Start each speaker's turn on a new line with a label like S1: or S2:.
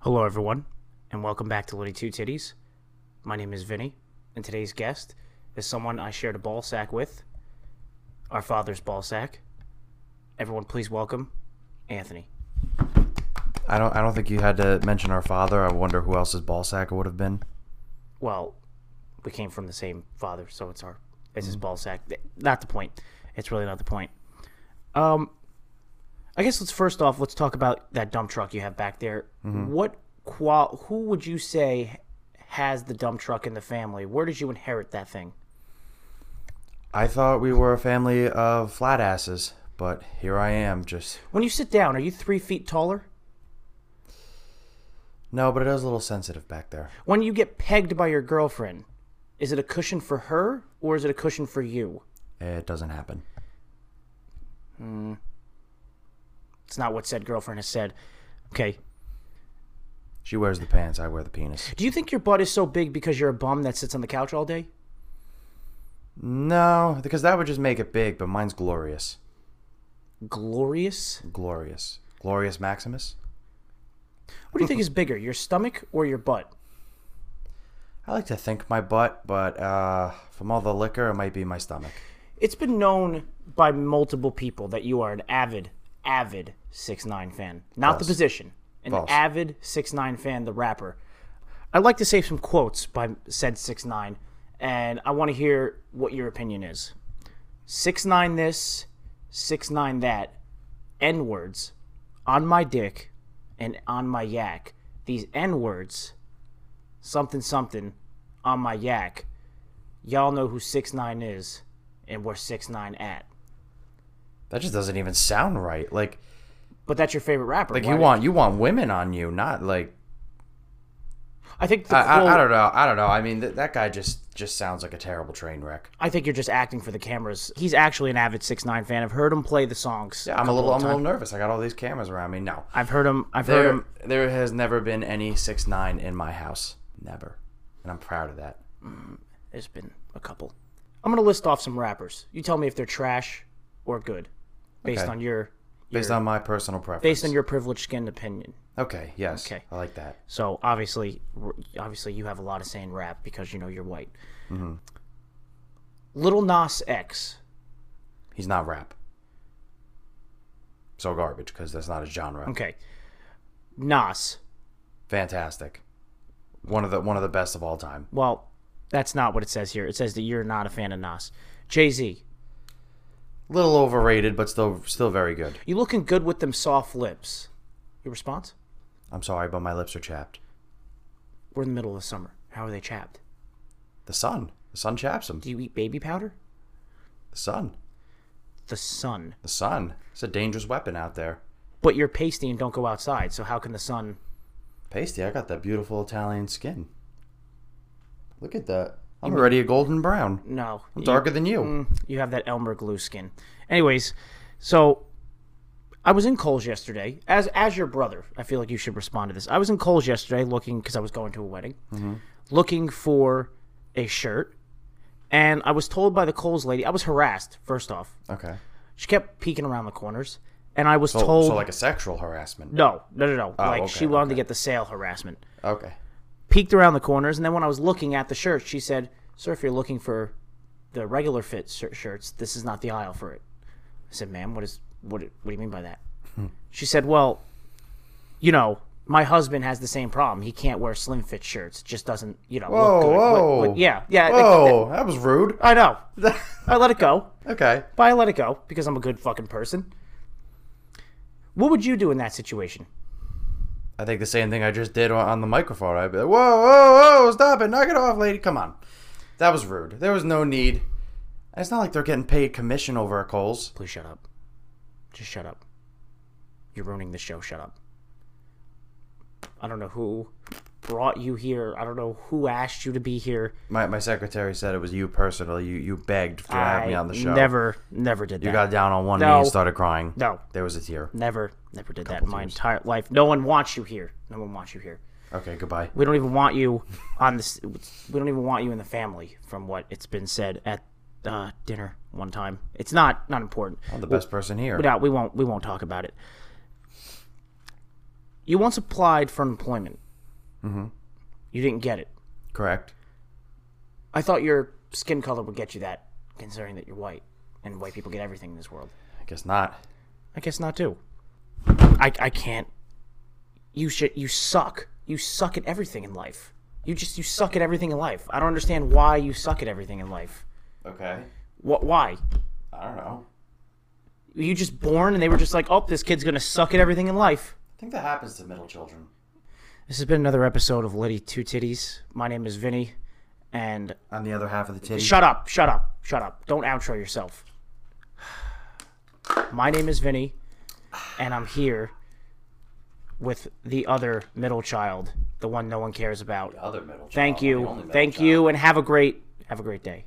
S1: Hello, everyone, and welcome back to Litty Two Titties. My name is Vinny, and today's guest is someone I shared a ball sack with, our father's ball sack. Everyone, please welcome Anthony.
S2: I don't. I don't think you had to mention our father. I wonder who else's ball sack it would have been.
S1: Well, we came from the same father, so it's our it's his ball sack. Th- Not the point. It's really not the point. Um, I guess let's first off let's talk about that dump truck you have back there. What qual? Who would you say has the dump truck in the family? Where did you inherit that thing?
S2: I thought we were a family of flat asses, but here I am. Just
S1: When you sit down, are you three feet taller?
S2: no, but it is a little sensitive back there.
S1: When you get pegged by your girlfriend, is it a cushion for her or is it a cushion for you?
S2: It doesn't happen.
S1: It's not what said girlfriend has said. Okay.
S2: She wears the pants. I wear the penis.
S1: Do you think your butt is so big because you're a bum that sits on the couch all day?
S2: No, because that would just make it big. But mine's glorious.
S1: Glorious?
S2: Glorious. Glorious Maximus.
S1: What do you think is bigger, your stomach or your butt?
S2: I like to think my butt, but uh, from all the liquor, it might be my stomach.
S1: It's been known by multiple people that you are an avid, avid six nine fan. Not the
S2: False.
S1: position. An
S2: False.
S1: avid six nine fan, the rapper. I'd like to save some quotes by said six nine, and I want to hear what your opinion is. Six nine this, six nine that, N words, on my dick, and on my yak. These N words, something something, on my yak. Y'all know who six nine is and where six nine at.
S2: That just doesn't even sound right. Like
S1: But that's your favorite rapper.
S2: like
S1: Why
S2: you
S1: did-
S2: want you want women on you, not like
S1: I think the
S2: I,
S1: quote,
S2: I,
S1: I,
S2: I don't know. I don't know. I mean, th- that guy just just sounds like a terrible train wreck.
S1: think you're just acting for the cameras. He's actually an avid six nine fan. I've heard him play the songs.
S2: I'm a
S1: couple
S2: little.
S1: of
S2: I'm a
S1: times.
S2: little nervous. I got all these cameras around me. No,
S1: I've heard him. I've heard
S2: there
S1: him.
S2: there has never been any six nine in my house. Never, and I'm proud of that.
S1: There's been a couple. I'm gonna list off some rappers. You tell me if they're trash or good, based
S2: Okay.
S1: on your
S2: Based on my personal preference.
S1: based on your privileged skin opinion.
S2: Okay. Yes.
S1: Okay.
S2: Okay. I like that.
S1: So obviously, r- obviously you have a lot of saying rap because you know you're white.
S2: Mm-hmm.
S1: Little Nas X.
S2: He's not rap. So garbage because that's not his genre.
S1: Okay. Nas.
S2: Fantastic. One of the one of the best of all time.
S1: Well, that's not what it says here. It says that you're not a fan of Nas. Jay Z,
S2: Little overrated, but still still very good.
S1: you looking good with them soft lips. Your response?
S2: I'm sorry, but my lips are chapped.
S1: We're in the middle of the summer. How are they chapped?
S2: The sun. The sun chaps him.
S1: Do you eat baby powder?
S2: The sun.
S1: The sun.
S2: The sun. It's a dangerous weapon out there.
S1: But you're pasty and don't go outside, so how can the sun.
S2: Pasty, I got that beautiful Italian skin. Look at that. I'm already a golden brown.
S1: No.
S2: I'm darker than you.
S1: You have that Elmer glue skin. Anyways, so I was in Cole's yesterday. As as your brother, I feel like you should respond to this. I was in Cole's yesterday looking because I was going to a wedding,
S2: Mm-hmm.
S1: looking for a shirt, and I was told by the Cole's lady I was harassed. First off,
S2: Okay.
S1: she kept peeking around the corners, and I was
S2: Oh, So,
S1: told
S2: so like a sexual harassment.
S1: no, no, no, no. like
S2: okay,
S1: she wanted to
S2: okay.
S1: get the sale harassment.
S2: Okay.
S1: Peeked around the corners, and then when I was looking at the shirt, she said, "Sir, if you're looking for the regular fit shir- shirts, this is not the aisle for it." I said, "Ma'am, what is what? What do you mean by that?" she said, "Well, you know, my husband has the same problem. He can't wear slim fit shirts. It just doesn't, you know,
S2: Whoa,
S1: look good.
S2: whoa.
S1: What- what- yeah, yeah. like-
S2: Oh, that was rude.
S1: I know. I let it go,
S2: okay.
S1: but I let it go because I'm a good fucking person. What would you do in that situation?
S2: I think the same thing I just did on on the microphone. I'd be like, whoa, whoa, whoa, stop it. Knock it off, lady. Come on. That was rude. There was no need. And It's not like they're getting paid commission over at Kohl's.
S1: Please shut up. Just shut up. You're ruining the show. Shut up. I don't know who brought you here. I don't know who asked you to be here.
S2: My, my secretary said it was you personally. You you begged to have
S1: I
S2: me on the show.
S1: Never, never did that.
S2: You got down on one
S1: No.
S2: knee and started crying.
S1: no,
S2: There was a tear.
S1: never, never did that in my entire life. No one wants you here. No one wants you here.
S2: Okay, goodbye.
S1: We don't even want you on this. We don't even want you in the family, from what it's been said at uh, dinner one time. It's not not important. uh,
S2: I'm the best person here.
S1: No, we won't. We won't talk about it. You once applied for employment. Mm-hmm. You didn't get it.
S2: Correct.
S1: I thought your skin color would get you that, considering that you're white and white people get everything in this world.
S2: I guess not.
S1: I guess not too. I, I can't. You should. You suck. You suck at everything in life. You just you suck at everything in life. I don't understand why you suck at everything in life.
S2: Okay.
S1: What? Why?
S2: I don't know.
S1: Were you just born and they were just like, oh, this kid's gonna suck at everything in life.
S2: I think that happens to middle children.
S1: This has been another episode of Liddy Two Titties. My name is Vinny, and
S2: On the other half of the titty.
S1: Shut up, shut up, shut up. Don't outro yourself. My name is Vinny, and I'm here with the other middle child, the one no one cares about.
S2: other middle.
S1: Thank
S2: child, Oh, the
S1: you.
S2: only middle
S1: Thank
S2: child.
S1: you and have a great have a great day.